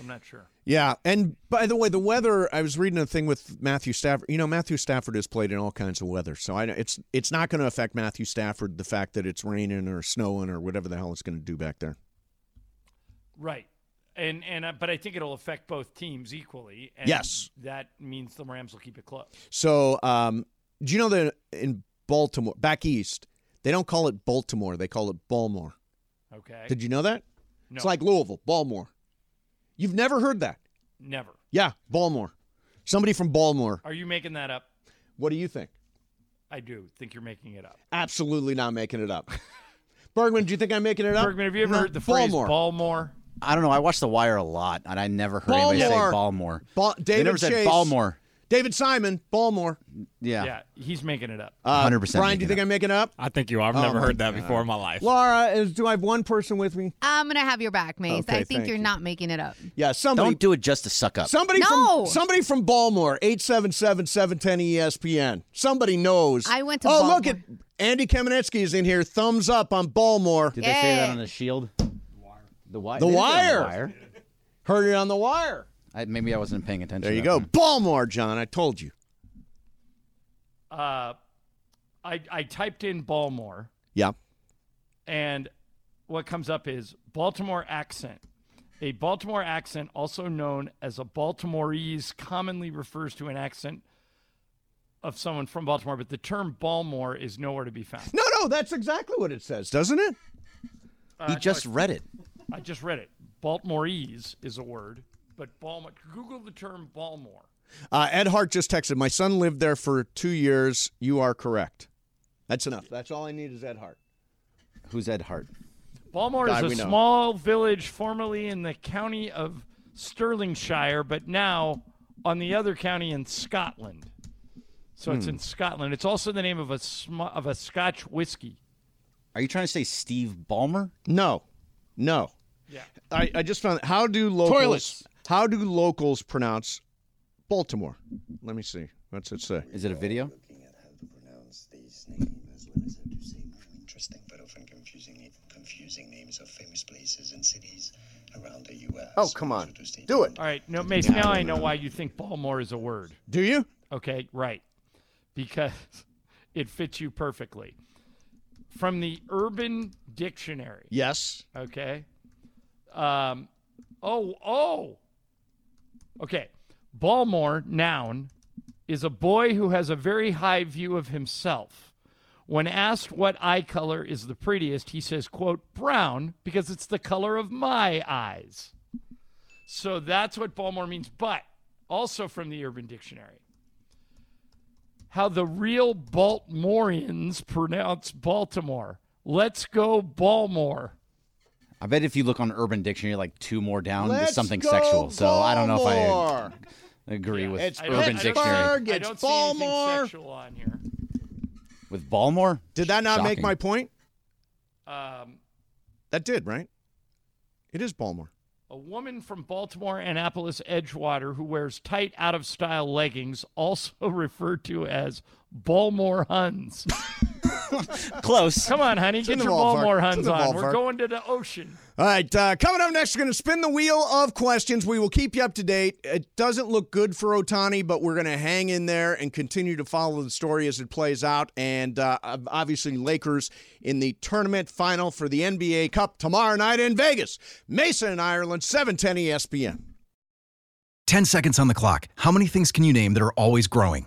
I'm not sure.
Yeah, and by the way, the weather. I was reading a thing with Matthew Stafford. You know, Matthew Stafford has played in all kinds of weather, so I it's it's not going to affect Matthew Stafford the fact that it's raining or snowing or whatever the hell it's going to do back there.
Right. And and uh, but I think it'll affect both teams equally. And
Yes.
That means the Rams will keep it close.
So, um, do you know that in Baltimore, back east, they don't call it Baltimore; they call it Balmore.
Okay.
Did you know that? It's
No.
like Louisville, Balmore. You've never heard that?
Never.
Yeah, Balmore. Somebody from Balmore.
Are you making that up?
What do you think?
I do think you're making it up.
Absolutely not making it
[laughs]
up. Bergman, do you think I'm making it up?
Bergman, have you ever
No,
heard the
Balmore.
phrase Balmore?
I don't know. I watched The Wire a lot, and I never heard anybody say
Ballmore.
Balmore.
Bal-
they
David
never said
Chase.
Balmore.
David Simon, Balmore.
Yeah.
Yeah, he's making it up.
Uh,
100%
Brian, do you
making
think
it
I'm making it up?
I think you are. I've
Oh
never
my
heard that before in my life.
Laura, is, do I have one person with me?
I'm gonna have your back, Mace.
Okay,
I think
thank
you're
you.
not making it up.
Yeah, somebody.
Don't do it just to suck up.
Somebody
Uh, No.
from somebody from Baltimore, E 877-710-ESPN. Somebody knows.
I went to
Oh,
Baltimore.
look at Andy Kamenetsky is in here. Thumbs up on Baltimore.
Did they say that
Yeah.
on the Shield? The wire.
The
They didn't say it on
Wire. Heard it on the wire.
I, maybe I wasn't paying attention.
There you
that
go.
time.
Baltimore, John. I told you.
Uh, I I typed in Balmore
Yeah.
and what comes up is Baltimore accent. A Baltimore accent, also known as a Baltimoreese, commonly refers to an accent of someone from Baltimore, but the term Balmore is nowhere to be found.
No, no, that's exactly what it says, doesn't it?
He just read it.
I just read it. Baltimoreese is a word, but Balmore. Google the term Balmore.
Uh, Ed Hart just texted. My son lived there for two years. You are correct. That's enough. That's all I need is Ed Hart.
Who's Ed Hart?
Balmore
Guy we
is a
know.
small village formerly in the county of Stirlingshire, but now on the other county in Scotland. So
Hmm.
it's in Scotland. It's also the name of a sm- of a Scotch whiskey.
Are you trying to say Steve Ballmer?
No, no.
Yeah.
I, I just found how do locals
Toilets.
how do locals pronounce Baltimore? Let me see. What's it say?
Is it a video?
Oh come on, do it.
All right, no, Mace. Now I know why you think Balmore is a word.
Do you?
Okay, right, because [laughs] it fits you perfectly. From the Urban Dictionary.
Yes.
Okay. Um, oh, oh. Okay. Balmore, noun, is a boy who has a very high view of himself. When asked what eye color is the prettiest, he says, quote, brown, because it's the color of my eyes. So that's what Balmore means, but also from the Urban Dictionary. How the real Baltimoreans pronounce Baltimore. Let's go, Balmore.
I bet if you look on Urban Dictionary, like two more down,
Let's
there's something
go
sexual. So I don't know if
Baltimore.
I agree with
It's
I don't-
Urban
I don't-
Dictionary.
Pittsburgh,
I
it's
don't see anything
Baltimore.
sexual on here.
With Ballmore?
Did that not make
Shocking.
my point?
Um,
That did, right? It is Baltimore.
a woman from Baltimore Annapolis Edgewater who wears tight, out of style leggings, also [laughs] referred to as Balmore
[laughs]
Huns.
Close.
Come on, honey, get
in the
your
ballpark.
Balmore
It's in
Huns
the
on. We're
ballpark.
going to the ocean.
All right, uh, coming up next, we're going to spin the wheel of questions. We will keep you up to date. It doesn't look good for Otani, but we're going to hang in there and continue to follow the story as it plays out. And uh, ob- obviously, Lakers in the tournament final for the NBA E Cup tomorrow night in Vegas. Mason in Ireland, 710 ESPN.
10 seconds on the clock. How many things can you name that are always growing?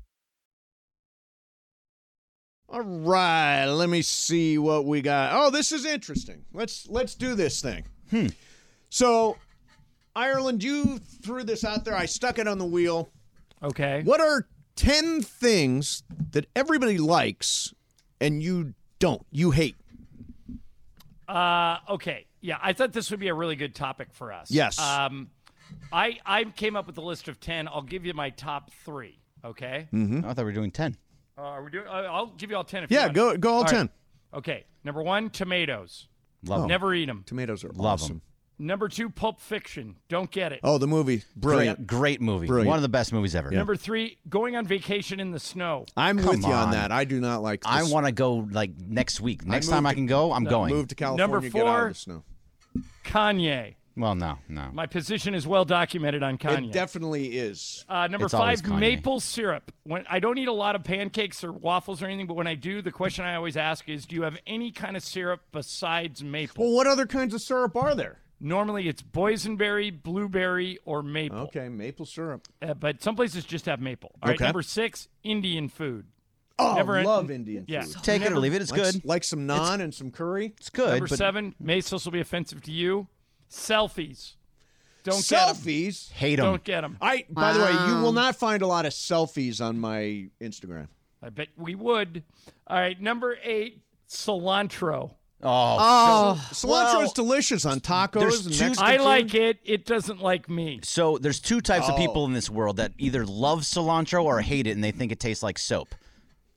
All right, let me see what we got. Oh, this is interesting. Let's let's do this thing. Hmm. So, Ireland, you threw this out there. I stuck it on the wheel.
Okay.
What are 10 things that everybody likes and you don't? You hate.
Uh, okay. Yeah, I thought this would be a really good topic for us.
Yes.
Um, I I came up with a list of ten. I'll give you my top three. Okay.
Mm-hmm. I thought we were doing 10.
Uh, are we doing? Uh, I'll give you all ten. If you
Yeah,
want.
go go all, 10.
Okay. Number one, tomatoes.
Oh.
Love 'em.
Never eat them.
Tomatoes are
Love 'em.
awesome.
Number two, Pulp Fiction. Don't get it.
Oh, the movie.
Great,
Brilliant.
great movie.
Brilliant.
One of the best movies ever.
Number three, going on vacation in the snow.
I'm with you on,
on.
that. I do not like this.
I want to go like next week. Next time
moved
I can go, I'm going.
Move to California,
Number
get out
four,
of the snow.
Kanye.
Well, no, no.
My position is well documented on Kanye.
It definitely is.
Uh, number
It's always
five,
Kanye.
maple syrup. When I don't eat a lot of pancakes or waffles or anything, but when I do, the question I always ask is, do you have any kind of syrup besides maple?
Well, what other kinds of syrup are there?
Normally, it's boysenberry, blueberry, or maple.
Okay, maple syrup.
Uh, but some places just have maple. All right.
Okay.
Number six, Indian food.
Oh,
Never-
love Indian
Yeah.
food.
Take it or leave it. It's
Like,
good.
Like some naan and some curry.
It's good.
Number
but
seven, may this will be offensive to you. Selfies. Don't get them.
selfies.
hate them.
Don't get them.
I by the way, you will not find a lot of selfies on my Instagram.
I bet we would. All right. Number eight, cilantro.
Oh,
Oh, cilantro is delicious on tacos.
there's
And
two-
Mexican
I
food.
like it. It doesn't like me.
so there's two types of
Oh.
people in this world that either love cilantro or hate it, and they think it tastes like soap.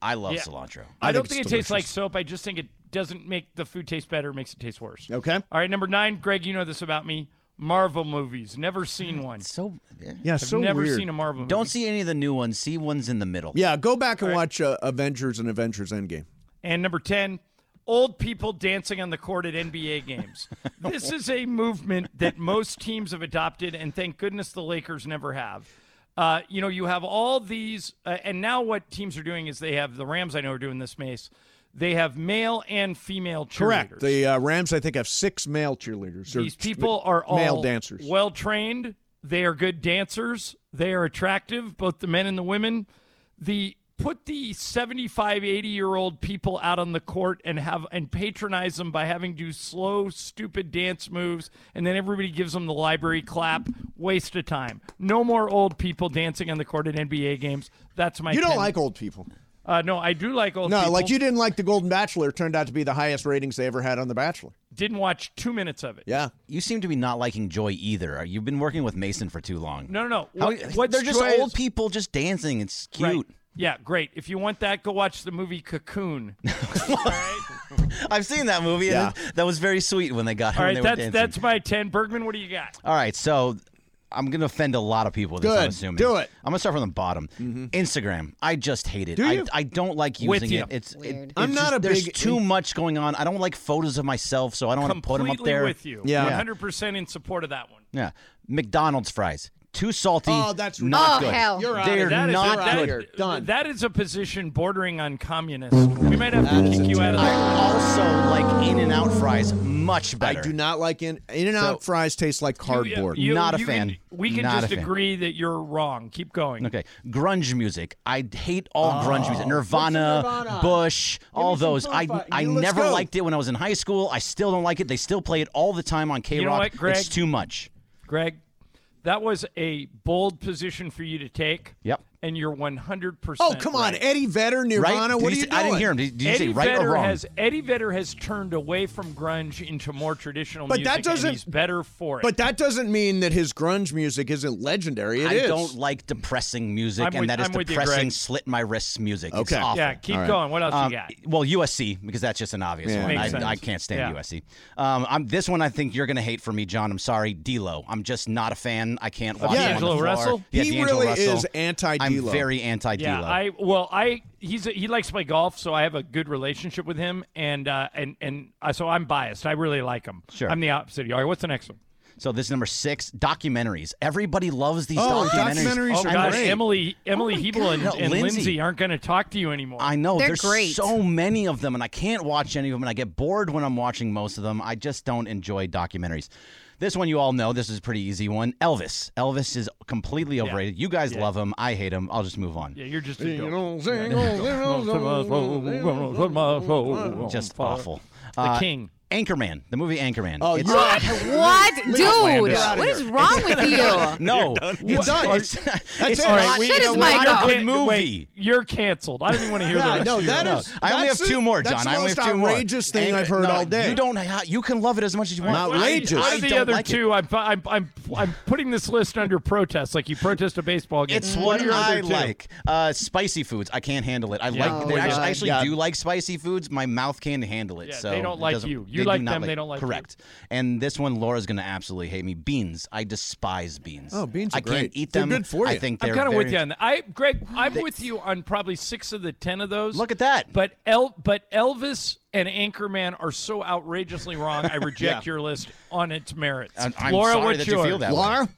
I love
Yeah.
cilantro.
I, don't
think
think it
it's
tastes like
delicious.
soap. I just think it doesn't make the food taste better. It makes it taste worse.
Okay.
All right. Number nine, Greg, you know this about me. Marvel movies. Never seen one.
Mm, So
Yeah,
I've never seen a Marvel movie.
don't see any of the new ones. See ones in the middle.
Yeah, go back and watch uh, Avengers and Avengers Endgame.
And number 10, old people dancing on the court at
[laughs]
NBA games. this is a movement that most teams have adopted, and thank goodness the Lakers never have. Uh, you know, you have all these, uh, and now what teams are doing is they have the Rams, I know, are doing this, Mace. They have male and female cheerleaders.
Correct. The uh, Rams, I think, have six male cheerleaders. They're
These people are all
male dancers.
well trained. They are good dancers. They are attractive, both the men and the women. The put the 75, 80 year old people out on the court and have and patronize them by having do slow, stupid dance moves, and then everybody gives them the library clap. Waste of time. No more old people dancing on the court at NBA games. That's my.
you don't
10.
like old people.
Uh, no, I do like old.
No,
people.
like you didn't like The Golden Bachelor. It turned out to be the highest ratings they ever had on The Bachelor.
didn't watch two minutes of it.
Yeah.
You seem to be not liking Joy either. Uh, You've been working with Mason for too long.
No, no, no.
How-
What- what's
they're just
Joy
old
is-
people just dancing. It's
Right.
cute.
Yeah, great. If you want that, go watch the movie Cocoon. All right,
I've seen that movie. and
Yeah.
that was very sweet when they got
All
when
right
they were
that's
dancing.
that's my ten. Bergman, what do you got?
All right, so I'm gonna offend a lot of people. With this, I'm
Good.
assuming.
Do it. Mm-hmm.
I'm gonna start from the bottom. Instagram. I just hate it.
Do
I,
you?
I don't like
With
using
you.
it. It's. it-
Weird.
it's
I'm not
just-
a
There's
big-
too much going on. I don't like photos of myself, so I don't want to put them
Completely
up there.
with you.
Yeah.
100% in support of that one.
Yeah. McDonald's fries. Too salty.
Oh, that's
not
ridiculous.
good.
Oh, hell.
You're out
They're
of here.
That is
not
that,
good.
You're done.
That is a position bordering on communist. We might have to kick you out of
I
there.
also like In and Out fries much
I
better.
do not like in in and out fries taste like cardboard.
you- Not a
can-
fan.
we can
Not a
just
fan.
agree that you're wrong. Keep going. Oh,
Okay, grunge music. I hate all grunge music. Nirvana,
Nirvana?
Bush, all
me some
those. I
Bonfire.
I
You- let's
never
go.
liked it when I was in high school. I still don't like it. They still play it all the time on K Rock.
know what, Greg?
It's too much.
Greg, that was a bold position for you to take.
Yep.
And you're 100%.
oh come on,
right.
Eddie Vedder,
Right?
Nirvana.
Did
What
you
are you
say- I didn't
doing?
hear him. Did, did you
Eddie
say right
Vedder
or wrong?
has Eddie Vedder has turned away from grunge into more traditional
But
music,
that doesn't-
and he's better for it.
But that doesn't mean that his grunge music isn't legendary. It
I
is.
don't like depressing music,
I'm
and
with-
that is
I'm with you,
depressing
Greg.
slit my wrists music. It's
Okay.
awful.
yeah, keep
All right.
going. What else
Um,
you got?
well, USC because that's just an obvious
Yeah.
one.
Makes sense.
I, I can't stand
Yeah.
USC. Um, I'm, this one I think you're gonna hate for me, John. I'm sorry, D'Lo. I'm just not a fan. I can't watch him on the
D'Angelo
floor.
Russell?
Yeah,
He
D'Angelo
really
Russell.
is anti
I'm
D'Lo.
very anti D'Lo.
Yeah, I well, I he's a, he likes to play golf, so I have a good relationship with him, and uh, and and uh, so I'm biased. I really like him.
Sure.
I'm the opposite. All right, what's the next one?
so this is number six, documentaries. Everybody loves these
Oh,
documentaries.
documentaries
Oh
are
God,
great.
Emily Emily Hebel and,
No,
and
Lindsay.
Lindsay. aren't going to talk to you anymore.
I know
They're
there's
great.
so many of them, and I can't watch any of them, and I get bored when I'm watching most of them. I just don't enjoy documentaries. This one you all know. This is a pretty easy one. Elvis. Elvis is completely overrated. You guys love him. I hate him. I'll just move on.
[laughs]
yeah, you're just a
You
dork.
know, sing, oh, sing, oh, sing, oh, sing, oh.
Just awful. Uh,
the king.
Anchorman, the movie Anchorman.
Oh,
It's- [laughs]
you're out.
What, dude?
Outlandish.
What is wrong with you?
[laughs] no,
You're done.
It's, it's
it.
not-
All right,
we- Shut his mic
not a
off.
good
Wait,
movie.
wait, you're canceled. I don't even want to hear
[laughs]
the
Yeah,
rest
no,
of
that
your-
is.
I only
that's
have
the-
two more, John.
that's the
I only
most
have two more.
outrageous thing I've heard
no,
all day.
You don't. ha- You can love it as much as you want.
Not
Well, I-
outrageous.
Out of
I
the
don't
other
like it.
two, I'm, I'm I'm I'm putting this list under protest, like you protest a baseball game.
It's what
are your
I
other two?
like. Uh, spicy foods. I can't handle it. I like. They actually,
Oh, God.
I actually
Yeah.
do like spicy foods. My mouth can't handle it.
Yeah,
so
they don't
it
like
doesn't-
you. You
they do
like
not
them, they don't like you.
Correct. And this one, Laura's gonna absolutely hate me. Beans. I despise beans.
Oh, beans are
I can't
great.
eat
They're
them.
good for
I
you.
think
I'm
they're
kind of
very,
with you on that. I, Greg, I'm with you on probably six of the ten of those.
Look at that.
But El, but Elvis and Anchorman are so outrageously wrong.
[laughs]
I reject your list on its merits.
I'm- I'm
Laura,
sorry
what's
that you
yours?
feel that way.
Laura,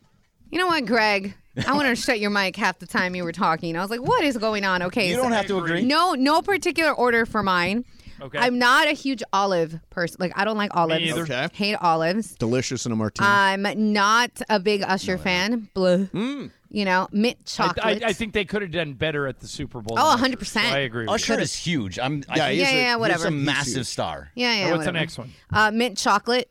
You know what, Greg? I
[laughs]
wanted to shut your mic half the time you were talking. I was like, what is going on? Okay.
You
so-
don't have to agree.
No, no particular order for mine.
Okay.
I'm not a huge olive person. Like I don't like olives.
either.
Okay.
Hate olives.
delicious in a
Mm.
martini.
I'm not a big Usher fan. Blue. You know, mint
I,
chocolate.
I, I think they could have done better at the Super Bowl.
Oh,
than Usher,
100%.
so I agree. With
Usher
you.
is Oh, huge. I'm. I think
Yeah, he is a-
Yeah, yeah,
he's a
whatever.
He's a
huge-
massive star.
yeah, yeah.
What's
whatever.
the next one?
Uh, mint chocolate.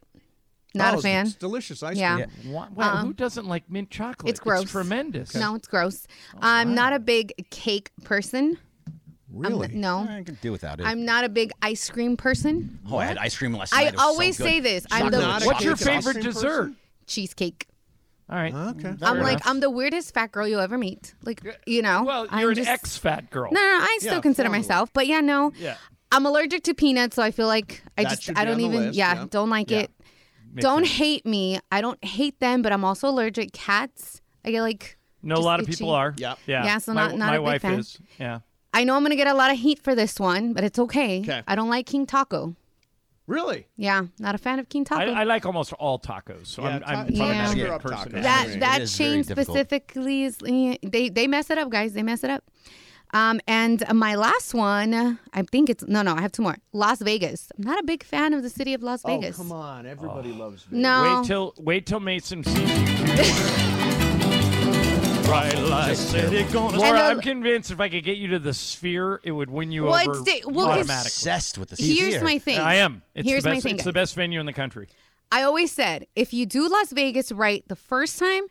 Not
Oh,
a fan.
It's delicious ice
Yeah. Um,
cream.
Wha- wow, who doesn't like mint chocolate?
It's gross.
tremendous. Oh,
No, it's gross. I'm not a big cake person. I'm-
Really?
no.
I can do without it.
I'm not a big ice cream person.
oh, I had ice cream last night.
I
It was so
always
good.
say this. I'm
Chocolate
the
with
What's your
chocolate sauce.
favorite dessert?
cheesecake.
All right.
Okay.
I'm like I'm the weirdest fat girl you'll ever meet. Like you know.
Well,
I'm
you're an
just-
ex-fat girl.
No, no, no, I still
Yeah,
consider
formula.
myself, but yeah, no.
Yeah.
I'm allergic to peanuts, so I feel like I
That
just
should
I
be
don't
on the
even
list,
yeah,
yeah.
don't like it. don't hate me. I don't hate them, but I'm also allergic cats. I get like
No, a
just
lot of
itchy.
people are.
Yep.
Yeah.
Yeah, so
My-
not- not
my
a big
wife
fan.
is. Yeah.
I know I'm gonna get a lot of heat for this one, but it's okay.
'Kay.
I don't like King Taco.
Really?
Yeah, not a fan of King
I,
Taco.
I like almost all tacos, so I'm,
ta-
I'm
Yeah.
probably not a
Sugar
good
up
person.
tacos.
that
It
that
is very
chain
difficult.
specifically is eh, they they mess it up, guys. They mess it up. Um, and my last one, I think it's no, no. I have two more. Las Vegas. I'm not a big fan of the city of Las
Oh,
Vegas.
come on. Everybody loves Vegas.
No.
Oh. Wait till wait till Mason sees you.
[laughs]
Right, like city gonna- Laura,
And the-
I'm convinced if I could get you to the sphere, it would win you
Well,
over
it's di- well, it's-
automatically.
Obsessed with the
Here's
Sphere.
my thing.
I am. It's
Here's
the best,
my thing.
It's the best venue in the country.
I always said if you do Las Vegas right the first time,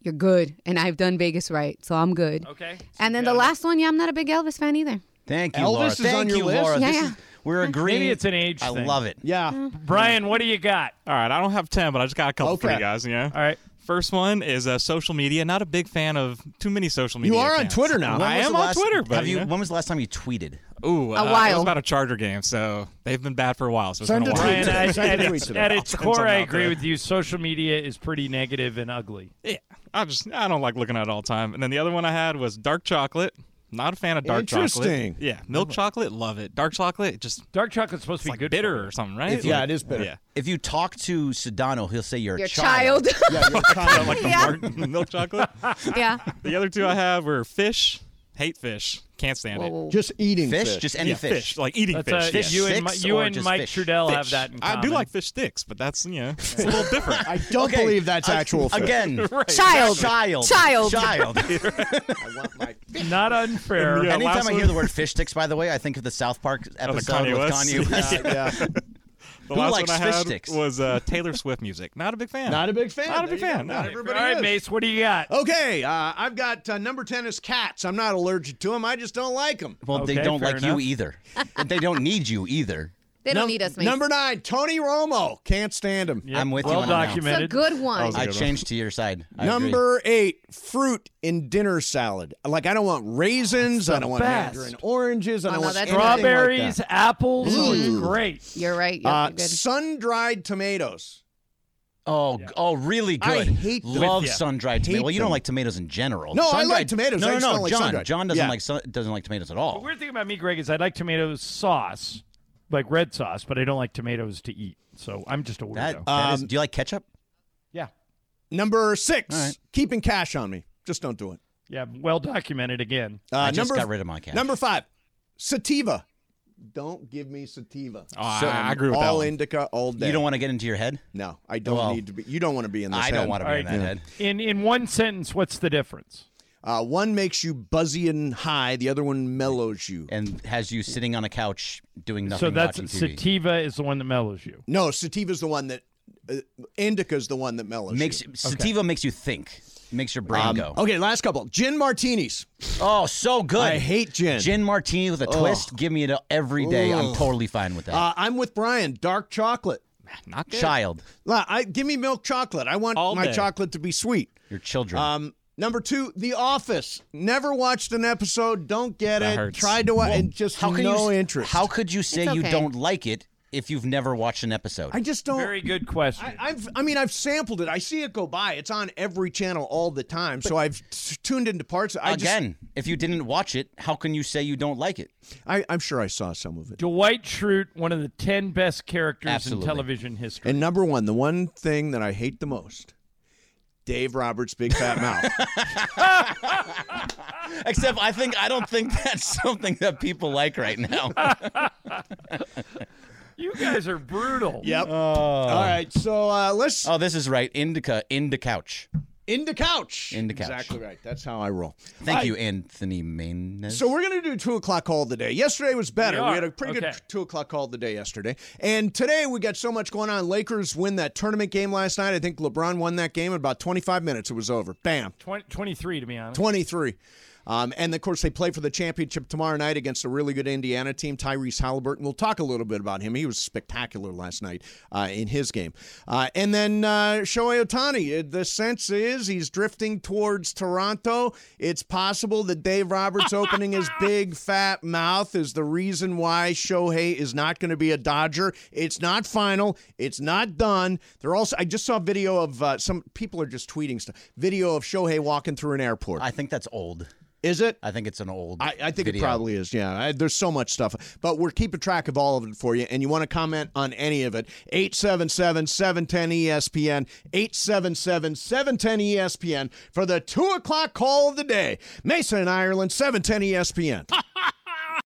you're good. And I've done Vegas right, so I'm good.
Okay.
And then the last one, yeah, I'm not a big Elvis
[laughs]
fan either.
Thank you,
Elvis
Laura.
is
Thank
on
you,
your list?
Laura.
Yeah,
This
yeah.
is- we're agreeing.
Maybe it's an age
I
thing.
love it.
Yeah.
Brian, what do you got?
All right, I don't have 10, but I just got a couple for
Okay.
you guys, yeah.
All right.
First one is uh, social media. Not a big fan of too many social media.
You are on
accounts.
Twitter now.
When
I
was
am
the
on
last-
Twitter, but
have you,
you know.
when was the last time you tweeted?
Ooh, uh, it
while.
was about a Charger game, so they've been bad for a while. So it's
Send
been
it
a
to
while.
me.
Brian, I,
Send a
at,
tweet
its,
to them.
at its
I'll send
core, I
some out
agree
there.
with you. Social media is pretty negative and ugly.
Yeah. I just I don't like looking at it all the time. And then the other one I had was dark chocolate. Not a fan of dark
Interesting.
chocolate. Yeah, milk chocolate, love it. Dark chocolate, just
dark chocolate's supposed
to be good bitter or something, right?
If you-
Yeah.
If you talk to Sedano, he'll say you're a
Your
child. [laughs]
child.
like the
yeah.
dark [laughs] milk chocolate.
yeah.
The other two I have were fish. Hate fish. Can't stand it.
Just eating
Fish?
fish.
Just any
Yeah,
fish.
Like eating
That's
fish.
a-
yeah.
you and, Mi-
Sticks
you
or
and
just
Mike
fish?
Trudell have
Fish.
that in common.
I do like fish sticks, but that's you know it's a little different.
I don't
Okay,
believe that's
uh,
[laughs]
actual. fish.
Again,
[laughs]
Child.
child,
Child.
child.
I want my
[laughs]
[laughs]
Not unfair.
Yeah,
Anytime
last
I hear
one-
the word fish sticks, by the way, I think of the South Park episode
Kanye
with
West. [laughs]
Kanye West.
yeah.
[laughs]
The
Who
last
likes
one I
fish
had
sticks?
was uh, Taylor Swift music. Not a big fan.
Not a big fan.
Not a
There
big
you go.
fan, no.
Not
All
everybody
right,
is.
Mace, what do you got?
Okay, uh, I've got uh, number 10 is cats. I'm not allergic to them. I just don't like them.
Well, they
Okay,
don't
fair
like
enough.
you
[laughs]
either. And they don't need you either.
They don't need us, man.
Number nine, Tony Romo. Can't stand him.
I'm with you
well
on that.
it's a
documented.
good one.
I changed to your side. I agree.
Number eight, fruit in dinner salad. Like, I don't want raisins. I don't want
best.
mandarin oranges. I
Oh,
don't
no,
want
that's
anything like that.
Strawberries, apples, oh, it's great.
You're right. Yep,
Uh,
you're good.
Sun dried tomatoes.
Oh, g- oh, really good.
I hate them.
love
With ya.
sun dried
Hate
tomatoes. Well, you
them.
don't like tomatoes in general.
No, I
Sun-dried-
like tomatoes.
No,
I
no,
just
no.
don't like
John,
sun-dried.
John doesn't
Yeah.
like sun, doesn't like tomatoes at
The
all.
weird thing about me, Greg, is I like tomato sauce, like red sauce, but I don't like tomatoes to eat. So I'm just a weirdo.
That, that is-
Um,
do you like ketchup?
yeah.
Number six,
All right.
keeping cash on me. Just don't do it.
Yeah. Well documented again.
Uh,
I just
number,
got rid of my cat.
Number five, sativa. Don't give me sativa.
Oh, I- I agree with that.
all
one.
indica all day.
you don't want to get into your head.
No, I don't
Well,
need to be. You don't want to be in this.
I don't want to be
All
in
right.
that head.
In in one sentence, what's the difference?
to. Uh, one makes you buzzy and high. The other one mellows you.
And has you sitting on a couch doing nothing.
so that's
watching TV.
sativa is the one that mellows you.
No, sativa's the one that. Uh, indica's the one that mellows.
makes
you.
sativa makes you think. Makes your brain
Um,
go.
Okay, last couple. Gin martinis.
Oh, so good.
I hate gin.
Gin martini with a twist. Give me it every day. I'm
Ugh.
totally fine with that.
Uh, I'm with Brian. Dark chocolate.
Not good.
Child,
La- I, give me milk chocolate. I want
All
my
day.
chocolate to be sweet.
your children.
Um, number two, The Office. Never watched an episode. Don't get
That
it.
hurts.
Tried to watch and just
how can
no
you, s-
interest.
How could you say
It's
you
okay.
don't like it if you've never watched an episode?
I just don't.
Very good question.
I, I've, I mean, I've sampled it. I see it go by. It's on every channel all the time. so I've t- tuned into parts. I
Again, if you didn't watch it, how can you say you don't like it?
just, I, I'm sure I saw some of it.
Dwight Schrute, one of the ten best characters
Absolutely.
in television history.
And number one, the one thing that I hate the most, Dave Roberts' big fat
[laughs]
mouth.
[laughs] Except I think I don't think that's something that people like right now.
you guys are brutal.
[laughs] yep. all right. So uh, let's
oh, this is right. Indica, in the couch.
into couch.
Into couch.
Exactly right. That's how I roll.
Thank you, Anthony Maines.
So we're gonna do two o'clock call of the day. Yesterday was better.
We
We,
are.
had a pretty
Okay.
good two o'clock call of the day yesterday, and today we got so much going on. Lakers win that tournament game last night. I think LeBron won that game in about twenty five minutes. It was over. Bam,
20, 23 to be honest.
twenty three. Um, and of course, they play for the championship tomorrow night against a really good Indiana team, Tyrese Halliburton. We'll talk a little bit about him. He was spectacular last night uh, in his game. Uh, and then uh, Shohei Otani, the sense is he's drifting towards Toronto. It's possible that Dave Roberts opening his big fat mouth is the reason why Shohei is not going to be a Dodger. It's not final. It's not done. They're also. I just saw video of uh, some people are just tweeting stuff. Video of Shohei walking through an airport.
I think that's old.
Is it?
I think it's an old.
I, I think it
video.
probably is. Yeah, I, there's so much stuff, but we're keeping track of all of it for you. And you want to comment on any of it? E 877-710-ESPN, E E 877-710-ESPN for the two o'clock call of the day. Mason in Ireland, 710 ESPN.